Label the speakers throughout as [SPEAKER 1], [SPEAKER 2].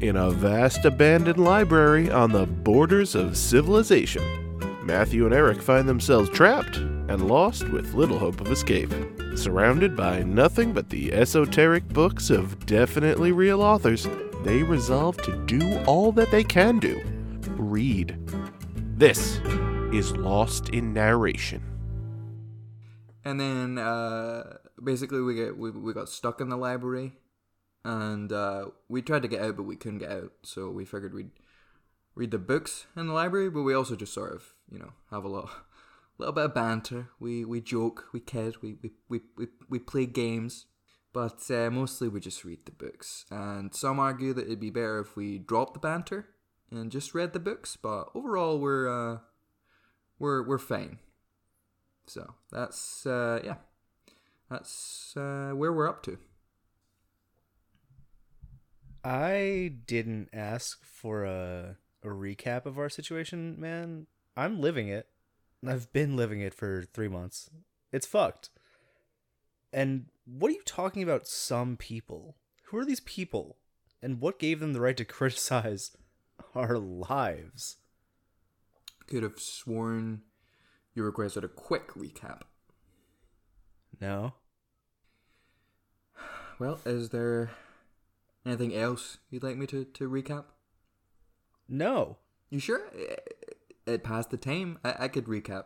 [SPEAKER 1] in a vast abandoned library on the borders of civilization. Matthew and Eric find themselves trapped and lost with little hope of escape, surrounded by nothing but the esoteric books of definitely real authors. They resolve to do all that they can do read. This is Lost in Narration.
[SPEAKER 2] And then uh, basically we get we, we got stuck in the library, and uh, we tried to get out, but we couldn't get out. So we figured we'd read the books in the library, but we also just sort of you know have a lot, little bit of banter. We we joke, we kid, we we we we, we play games, but uh, mostly we just read the books. And some argue that it'd be better if we dropped the banter and just read the books. But overall, we're uh, we're we're fine. So that's uh, yeah, that's uh, where we're up to.
[SPEAKER 3] I didn't ask for a a recap of our situation, man. I'm living it. I've been living it for 3 months. It's fucked. And what are you talking about some people? Who are these people? And what gave them the right to criticize our lives?
[SPEAKER 2] Could have sworn you requested a quick recap.
[SPEAKER 3] No.
[SPEAKER 2] Well, is there anything else you'd like me to, to recap?
[SPEAKER 3] No.
[SPEAKER 2] You sure? It, it passed the time. I, I could recap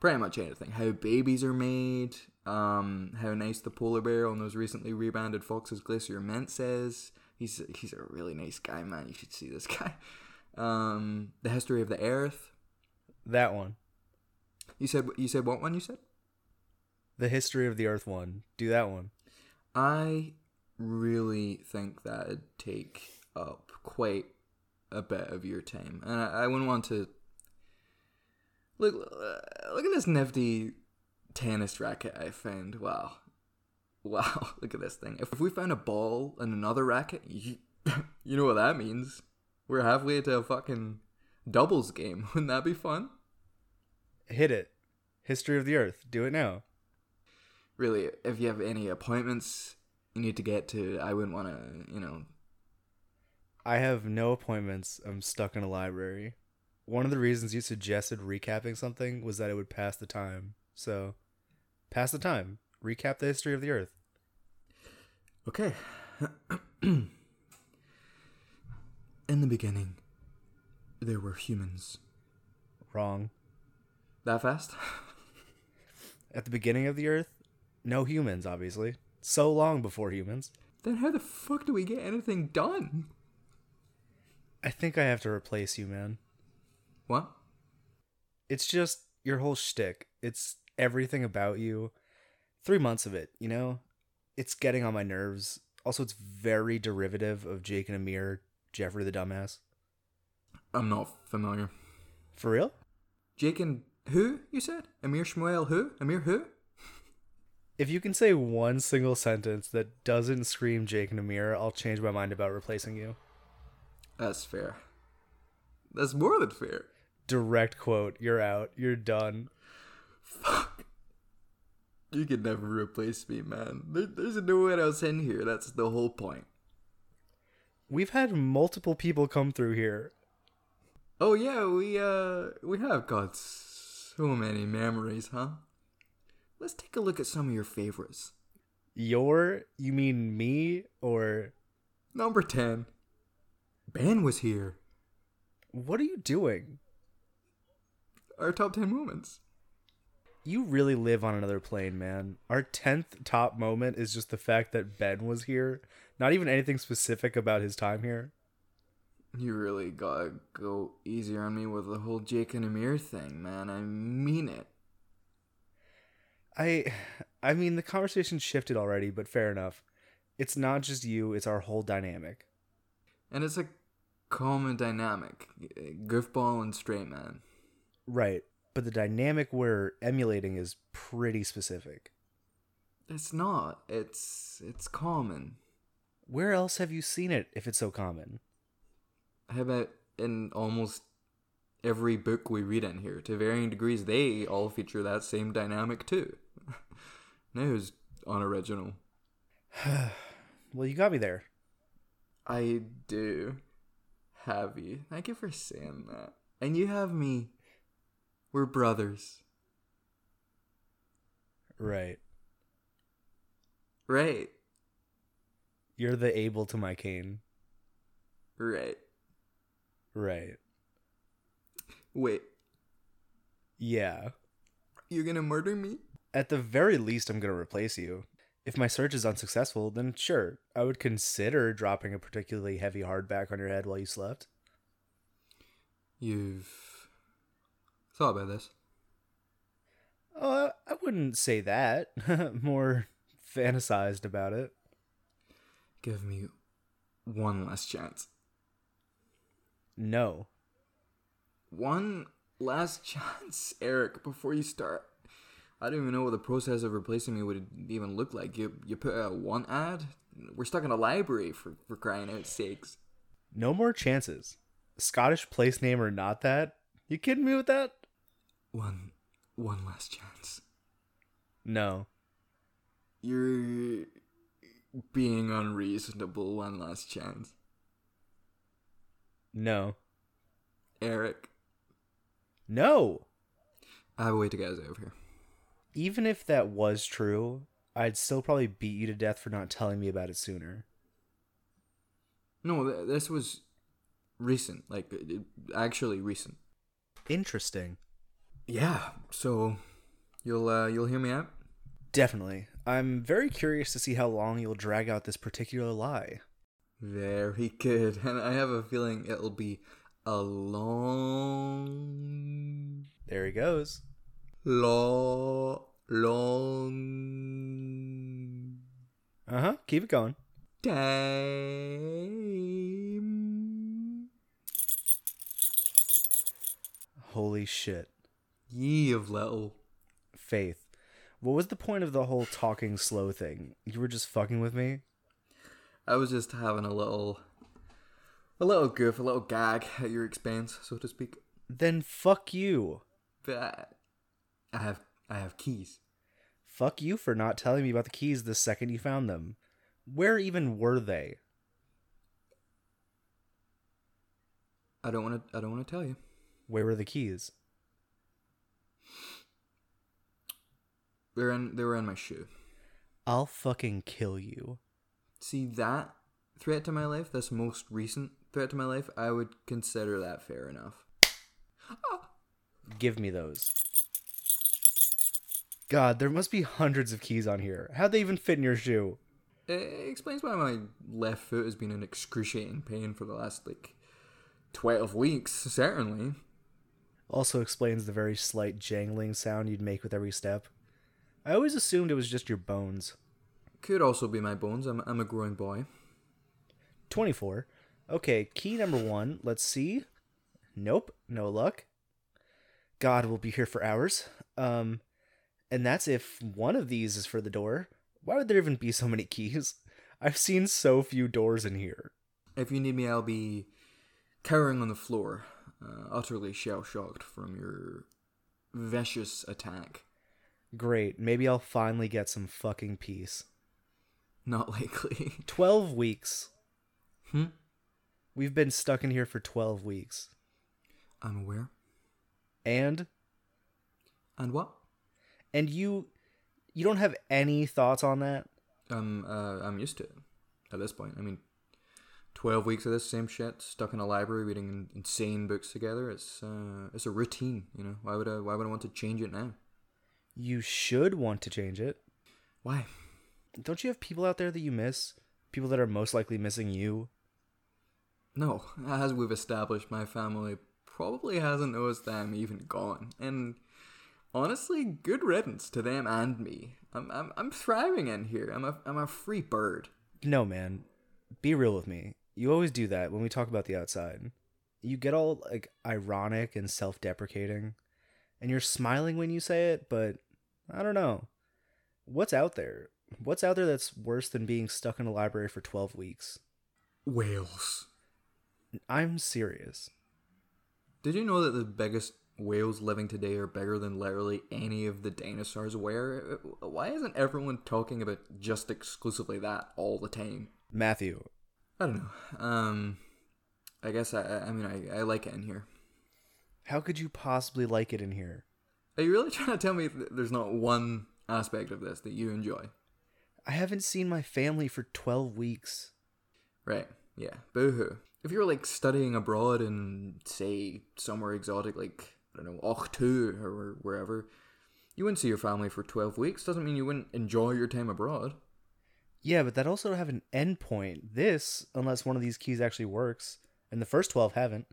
[SPEAKER 2] pretty much anything. How babies are made, um, how nice the polar bear on those recently rebranded Fox's Glacier Mint says. He's, he's a really nice guy, man. You should see this guy. Um, the history of the earth.
[SPEAKER 3] That one.
[SPEAKER 2] You said you said what one you said?
[SPEAKER 3] The history of the earth one. Do that one.
[SPEAKER 2] I really think that'd take up quite a bit of your time, and I, I wouldn't want to. Look, uh, look at this nifty tennis racket I found. Wow, wow! Look at this thing. If we found a ball and another racket, you, you know what that means. We're halfway to a fucking doubles game. Wouldn't that be fun?
[SPEAKER 3] Hit it. History of the earth. Do it now.
[SPEAKER 2] Really, if you have any appointments you need to get to, I wouldn't want to, you know,
[SPEAKER 3] I have no appointments. I'm stuck in a library. One of the reasons you suggested recapping something was that it would pass the time. So, pass the time. Recap the history of the earth.
[SPEAKER 2] Okay. In the beginning, there were humans.
[SPEAKER 3] Wrong.
[SPEAKER 2] That fast?
[SPEAKER 3] At the beginning of the earth, no humans, obviously. So long before humans.
[SPEAKER 2] then how the fuck do we get anything done?
[SPEAKER 3] I think I have to replace you, man.
[SPEAKER 2] What?
[SPEAKER 3] It's just your whole shtick. It's everything about you. Three months of it, you know? It's getting on my nerves. Also, it's very derivative of Jake and Amir, Jeffrey the Dumbass.
[SPEAKER 2] I'm not familiar.
[SPEAKER 3] For real?
[SPEAKER 2] Jake and who, you said? Amir Shmuel who? Amir who?
[SPEAKER 3] If you can say one single sentence that doesn't scream Jake and Amir, I'll change my mind about replacing you.
[SPEAKER 2] That's fair. That's more than fair.
[SPEAKER 3] Direct quote, you're out, you're done.
[SPEAKER 2] Fuck. You could never replace me, man. There, there's no one else in here. That's the whole point.
[SPEAKER 3] We've had multiple people come through here.
[SPEAKER 2] Oh yeah, we uh we have got so many memories, huh? Let's take a look at some of your favorites.
[SPEAKER 3] Your, you mean me, or
[SPEAKER 2] Number 10. Ben was here.
[SPEAKER 3] what are you doing?
[SPEAKER 2] Our top 10 moments.
[SPEAKER 3] You really live on another plane, man. Our 10th top moment is just the fact that Ben was here. Not even anything specific about his time here.
[SPEAKER 2] You really gotta go easier on me with the whole Jake and Amir thing, man. I mean it.
[SPEAKER 3] I I mean the conversation shifted already, but fair enough. It's not just you, it's our whole dynamic.
[SPEAKER 2] And it's a common dynamic goofball and straight man.
[SPEAKER 3] Right. But the dynamic we're emulating is pretty specific.
[SPEAKER 2] It's not. It's it's common.
[SPEAKER 3] Where else have you seen it if it's so common?
[SPEAKER 2] How about in almost every book we read in here, to varying degrees, they all feature that same dynamic too. no, it's unoriginal.
[SPEAKER 3] Well, you got me there.
[SPEAKER 2] I do have you. Thank you for saying that. And you have me. We're brothers.
[SPEAKER 3] Right.
[SPEAKER 2] Right.
[SPEAKER 3] You're the Abel to my Cain.
[SPEAKER 2] Right.
[SPEAKER 3] Right.
[SPEAKER 2] Wait.
[SPEAKER 3] Yeah.
[SPEAKER 2] You're gonna murder me?
[SPEAKER 3] At the very least, I'm going to replace you. If my search is unsuccessful, then sure, I would consider dropping a particularly heavy hardback on your head while you slept.
[SPEAKER 2] You've thought about this.
[SPEAKER 3] Oh, I I wouldn't say that. More fantasized about it.
[SPEAKER 2] Give me one last chance.
[SPEAKER 3] No.
[SPEAKER 2] One last chance, Eric, before you start. I don't even know what the process of replacing me would even look like. You you put out one ad? We're stuck in a library for, for crying out sakes.
[SPEAKER 3] No more chances. Scottish place name or not that? You kidding me with that?
[SPEAKER 2] One one last chance.
[SPEAKER 3] No.
[SPEAKER 2] You're being unreasonable, one last chance.
[SPEAKER 3] No.
[SPEAKER 2] Eric,
[SPEAKER 3] No.
[SPEAKER 2] I have a way to get us out of here.
[SPEAKER 3] Even if that was true, I'd still probably beat you to death for not telling me about it sooner.
[SPEAKER 2] No, th- this was recent, like it- it- actually recent.
[SPEAKER 3] Interesting.
[SPEAKER 2] Yeah, so you'll uh, you'll hear me out.
[SPEAKER 3] Definitely. I'm very curious to see how long you'll drag out this particular lie.
[SPEAKER 2] Very good, and I have a feeling it'll be a long,
[SPEAKER 3] There he goes.
[SPEAKER 2] long, long
[SPEAKER 3] Uh huh. Keep it going.
[SPEAKER 2] time.
[SPEAKER 3] Holy shit.
[SPEAKER 2] Ye of little.
[SPEAKER 3] Faith. What was the point of the whole talking slow thing? You were just fucking with me?
[SPEAKER 2] I was just having a little, a little goof, a little gag at your expense, so to speak.
[SPEAKER 3] Then fuck you.
[SPEAKER 2] But I, I have, I have keys.
[SPEAKER 3] Fuck you for not telling me about the keys the second you found them. Where even were they?
[SPEAKER 2] I don't want to, I don't want to tell you.
[SPEAKER 3] Where were the keys?
[SPEAKER 2] They were in, they were in my shoe.
[SPEAKER 3] I'll fucking kill you.
[SPEAKER 2] See that threat to my life, this most recent threat to my life, I would consider that fair enough. Ah,
[SPEAKER 3] Give me those. God, there must be hundreds of keys on here. How'd they even fit in your shoe?
[SPEAKER 2] It explains why my left foot has been in excruciating pain for the last like twelve weeks. Certainly,
[SPEAKER 3] Also explains the very slight jangling sound you'd make with every step. I always assumed it was just your bones.
[SPEAKER 2] could also be my bones. I'm, I'm a growing boy.
[SPEAKER 3] 24. Okay, key number one. Let's see. Nope, no luck. God will be here for hours. Um, and that's if one of these is for the door. Why would there even be so many keys? I've seen so few doors in here.
[SPEAKER 2] If you need me, I'll be cowering on the floor, uh, utterly shell shocked from your vicious attack.
[SPEAKER 3] Great, maybe I'll finally get some fucking peace.
[SPEAKER 2] Not likely.
[SPEAKER 3] 12 weeks.
[SPEAKER 2] hmm?
[SPEAKER 3] We've been stuck in here for 12 weeks.
[SPEAKER 2] I'm aware.
[SPEAKER 3] And
[SPEAKER 2] And what?
[SPEAKER 3] and you you don't have any thoughts on that?
[SPEAKER 2] I'm uh, I'm used to it at this point. I mean, twelve weeks of this same shit, stuck in a library reading in- insane books together. It's uh, it's a routine, you know. Why would I Why would I want to change it now?
[SPEAKER 3] You should want to change it.
[SPEAKER 2] Why?
[SPEAKER 3] don't you have people out there that you miss? People that are most likely missing you?
[SPEAKER 2] No, as we've established, my family probably hasn't noticed that I'm even gone. And honestly, good riddance to them and me. I'm I'm, I'm thriving in here. I'm a I'm a free bird.
[SPEAKER 3] No, man. Be real with me. You always do that when we talk about the outside. You get all like ironic and self-deprecating, and you're smiling when you say it, but I don't know. What's out there? What's out there that's worse than being stuck in a library for 12 weeks?
[SPEAKER 2] Whales.
[SPEAKER 3] I'm serious.
[SPEAKER 2] Did you know that the biggest whales living today are bigger than literally any of the dinosaurs were? Why isn't everyone talking about just exclusively that all the time?
[SPEAKER 3] Matthew,
[SPEAKER 2] I don't know. Um, I guess I, I I mean, I, I like it in here.
[SPEAKER 3] How could you possibly like it in here?
[SPEAKER 2] Are you really trying to tell me th- there's not one aspect of this that you enjoy?
[SPEAKER 3] I haven't seen my family for 12 weeks.
[SPEAKER 2] Right. Yeah. Boohoo. If you were like studying abroad in say somewhere exotic like I don't know, Ochtu or wherever, you wouldn't see your family for twelve weeks. Doesn't mean you wouldn't enjoy your time abroad.
[SPEAKER 3] Yeah, but that also have an endpoint. This, unless one of these keys actually works, and the first 12 haven't,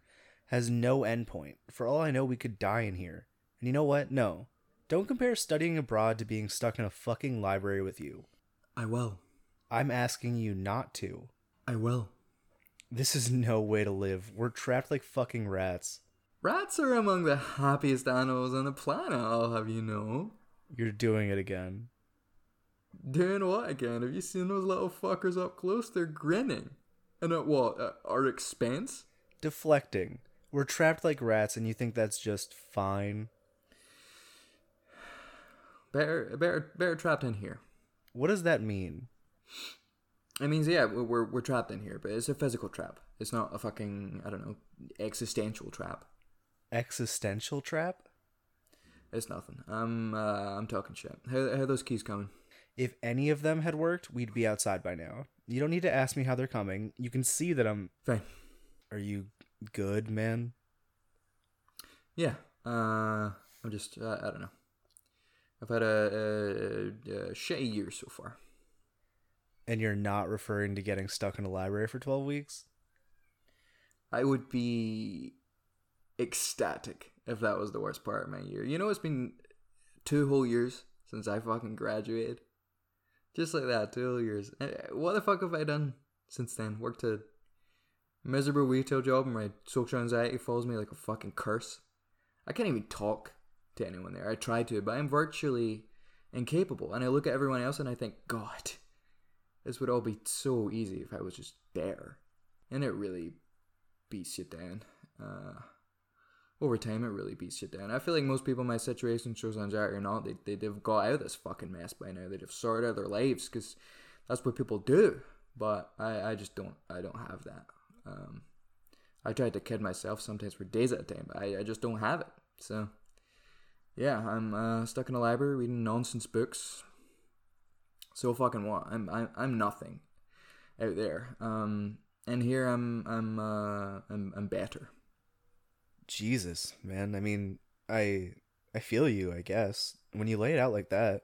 [SPEAKER 3] has no endpoint. For all I know, we could die in here. And you know what? No. Don't compare studying abroad to being stuck in a fucking library with you.
[SPEAKER 2] I will.
[SPEAKER 3] I'm asking you not to.
[SPEAKER 2] I will.
[SPEAKER 3] This is no way to live. We're trapped like fucking rats.
[SPEAKER 2] Rats are among the happiest animals on the planet, I'll have you know.
[SPEAKER 3] You're doing it again.
[SPEAKER 2] Doing what again? Have you seen those little fuckers up close? They're grinning. And at what? At our expense?
[SPEAKER 3] Deflecting. We're trapped like rats, and you think that's just fine?
[SPEAKER 2] Better, better, better trapped in here.
[SPEAKER 3] What does that mean?
[SPEAKER 2] It means, yeah, we're, we're, we're trapped in here, but it's a physical trap. It's not a fucking, I don't know, existential trap.
[SPEAKER 3] Existential trap?
[SPEAKER 2] It's nothing. I'm, uh, I'm talking shit. How, how are those keys coming?
[SPEAKER 3] If any of them had worked, we'd be outside by now. You don't need to ask me how they're coming. You can see that I'm.
[SPEAKER 2] Fine.
[SPEAKER 3] Are you good, man?
[SPEAKER 2] Yeah. Uh, I'm just, uh, I don't know. I've had a, a, a, a shitty year so far.
[SPEAKER 3] And you're not referring to getting stuck in a library for 12 weeks?
[SPEAKER 2] I would be ecstatic if that was the worst part of my year. You know, it's been two whole years since I fucking graduated. Just like that, two whole years. Eh, What the fuck have I done since then? Worked a miserable retail job and my social anxiety follows me like a fucking curse. I can't even talk to anyone there. I try to, but I'm virtually incapable. And I look at everyone else and I think, God, this would all be so easy if I was just there. And it really beats you down. Uh, over time, it really beats you down. I feel like most people in my situation, shows anxiety or not, they, they, they've got out of this fucking mess by now. They'd have sorted out their lives because that's what people do. But I, I just don't, I don't have that. Um, I tried to kid myself sometimes for days at a time, but I, I just don't have it. So, yeah, I'm uh, stuck in a library reading nonsense books. So fucking what? I'm, I'm, I'm nothing out there. Um, and here I'm, I'm, uh, I'm, I'm better.
[SPEAKER 3] Jesus, man. I mean, I I feel you, I guess. When you lay it out like that,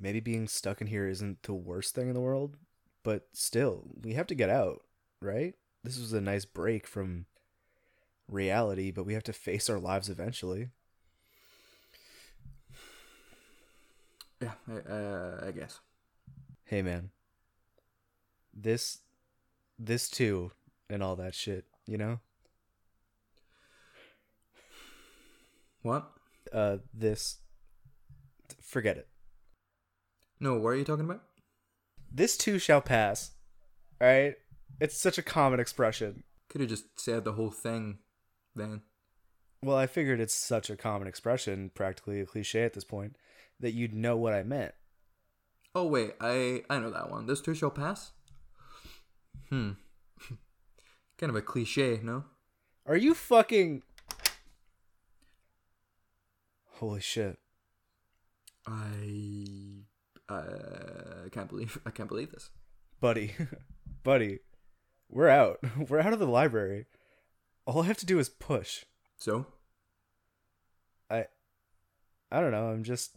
[SPEAKER 3] maybe being stuck in here isn't the worst thing in the world, but still, we have to get out, right? This was a nice break from reality, but we have to face our lives eventually.
[SPEAKER 2] Yeah, I, uh, I guess.
[SPEAKER 3] Hey man. This this too and all that shit, you know?
[SPEAKER 2] What?
[SPEAKER 3] Uh this forget it.
[SPEAKER 2] No, what are you talking about?
[SPEAKER 3] This too shall pass. All right? It's such a common expression.
[SPEAKER 2] Could have just said the whole thing then.
[SPEAKER 3] Well, I figured it's such a common expression, practically a cliche at this point, that you'd know what I meant.
[SPEAKER 2] Oh wait, I I know that one. This too shall pass. Hmm. kind of a cliche, no?
[SPEAKER 3] Are you fucking Holy shit.
[SPEAKER 2] I uh, can't believe I can't believe this.
[SPEAKER 3] buddy, buddy, we're out. We're out of the library. All I have to do is push.
[SPEAKER 2] So
[SPEAKER 3] I, I don't know. I'm just,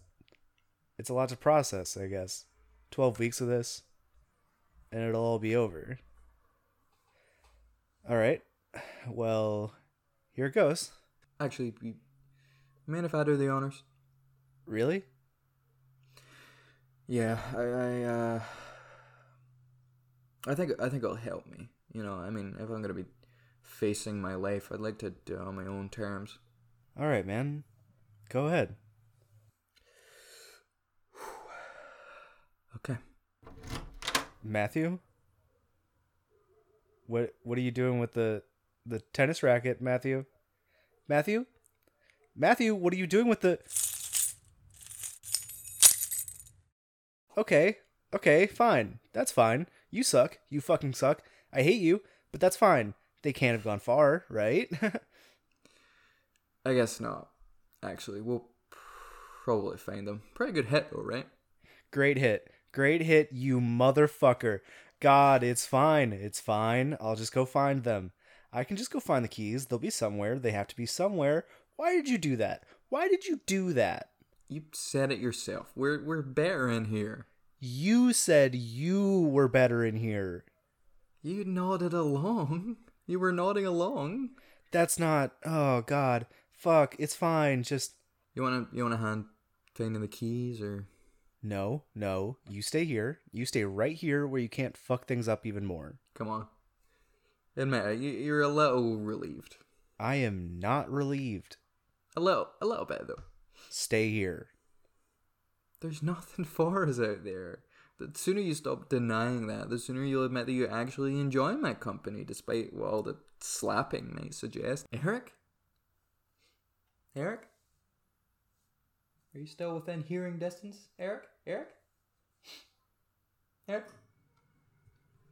[SPEAKER 3] it's a lot to process. I guess, twelve weeks of this, and it'll all be over. All right. Well, here it goes.
[SPEAKER 2] actually, you mind if I do the honors?
[SPEAKER 3] Really?
[SPEAKER 2] Yeah, I I, uh, I think I think it'll help me. You know, I mean, if I'm gonna be facing my life, I'd like to do it on my own terms.
[SPEAKER 3] All right, man. Go ahead.
[SPEAKER 2] Okay.
[SPEAKER 3] Matthew? What what are you doing with the the tennis racket, Matthew? Matthew? Matthew, what are you doing with the Okay. Okay, fine. That's fine. you suck. You fucking suck. I hate you, but that's fine. They can't have gone far, right?
[SPEAKER 2] I guess not. Actually, we'll probably find them. Pretty good hit, though, right?
[SPEAKER 3] Great hit. Great hit, you motherfucker. God, it's fine. It's fine. I'll just go find them. I can just go find the keys. They'll be somewhere. They have to be somewhere. Why did you do that? Why did you do that?
[SPEAKER 2] You said it yourself. We're we're better in here.
[SPEAKER 3] You said you were better in here.
[SPEAKER 2] You nodded along. You were nodding along.
[SPEAKER 3] That's not. Oh, God. Fuck. It's fine. Just.
[SPEAKER 2] You wanna you wanna hand finding the keys or
[SPEAKER 3] No, no. You stay here. You stay right here where you can't fuck things up even more.
[SPEAKER 2] come on? Admit it. You, you're a little relieved.
[SPEAKER 3] I am not relieved.
[SPEAKER 2] A little a little bit though.
[SPEAKER 3] Stay here.
[SPEAKER 2] There's nothing for us out there. The sooner you stop denying that, the sooner you'll admit that you actually enjoy my company, despite what all the slapping may suggest. Eric? Eric? Are you still within hearing distance? Eric? Eric? Eric?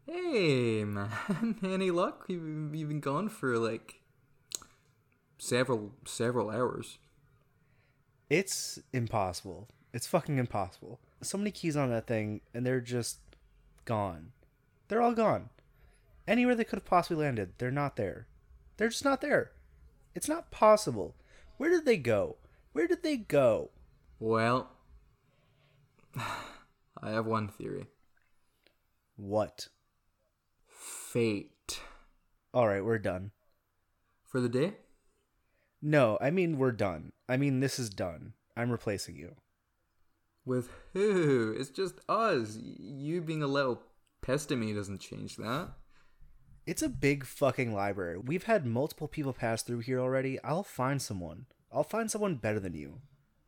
[SPEAKER 2] Hey, man. Any luck? You've, you've been gone for like several several hours.
[SPEAKER 3] It's impossible. It's fucking impossible. So many keys on that thing, and they're just gone. They're all gone. Anywhere they could have possibly landed, they're not there. They're just not there. It's not possible. Where did they go? Where did they go?
[SPEAKER 2] Well, I have one theory.
[SPEAKER 3] What?
[SPEAKER 2] Fate.
[SPEAKER 3] All right, we're done.
[SPEAKER 2] For the day?
[SPEAKER 3] No, I mean we're done. I mean this is done. I'm replacing you.
[SPEAKER 2] With who? It's just us. Y- You being a little pest at me doesn't change that.
[SPEAKER 3] It's a big fucking library. We've had multiple people pass through here already. I'll find someone. I'll find someone better than you.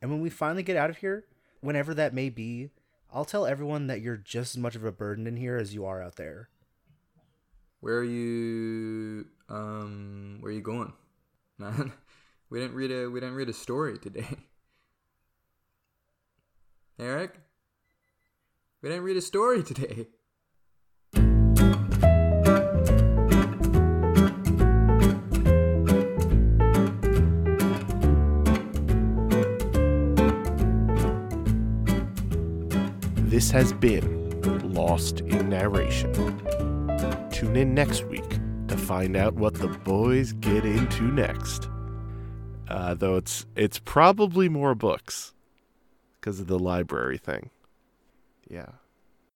[SPEAKER 3] And when we finally get out of here, whenever that may be, I'll tell everyone that you're just as much of a burden in here as you are out there.
[SPEAKER 2] Where are you? Um, where are you going, man? We didn't read a we didn't read a story today. Eric, we didn't read a story today.
[SPEAKER 1] This has been Lost in Narration. Tune in next week to find out what the boys get into next. Uh, though it's it's probably more books because of the library thing. Yeah.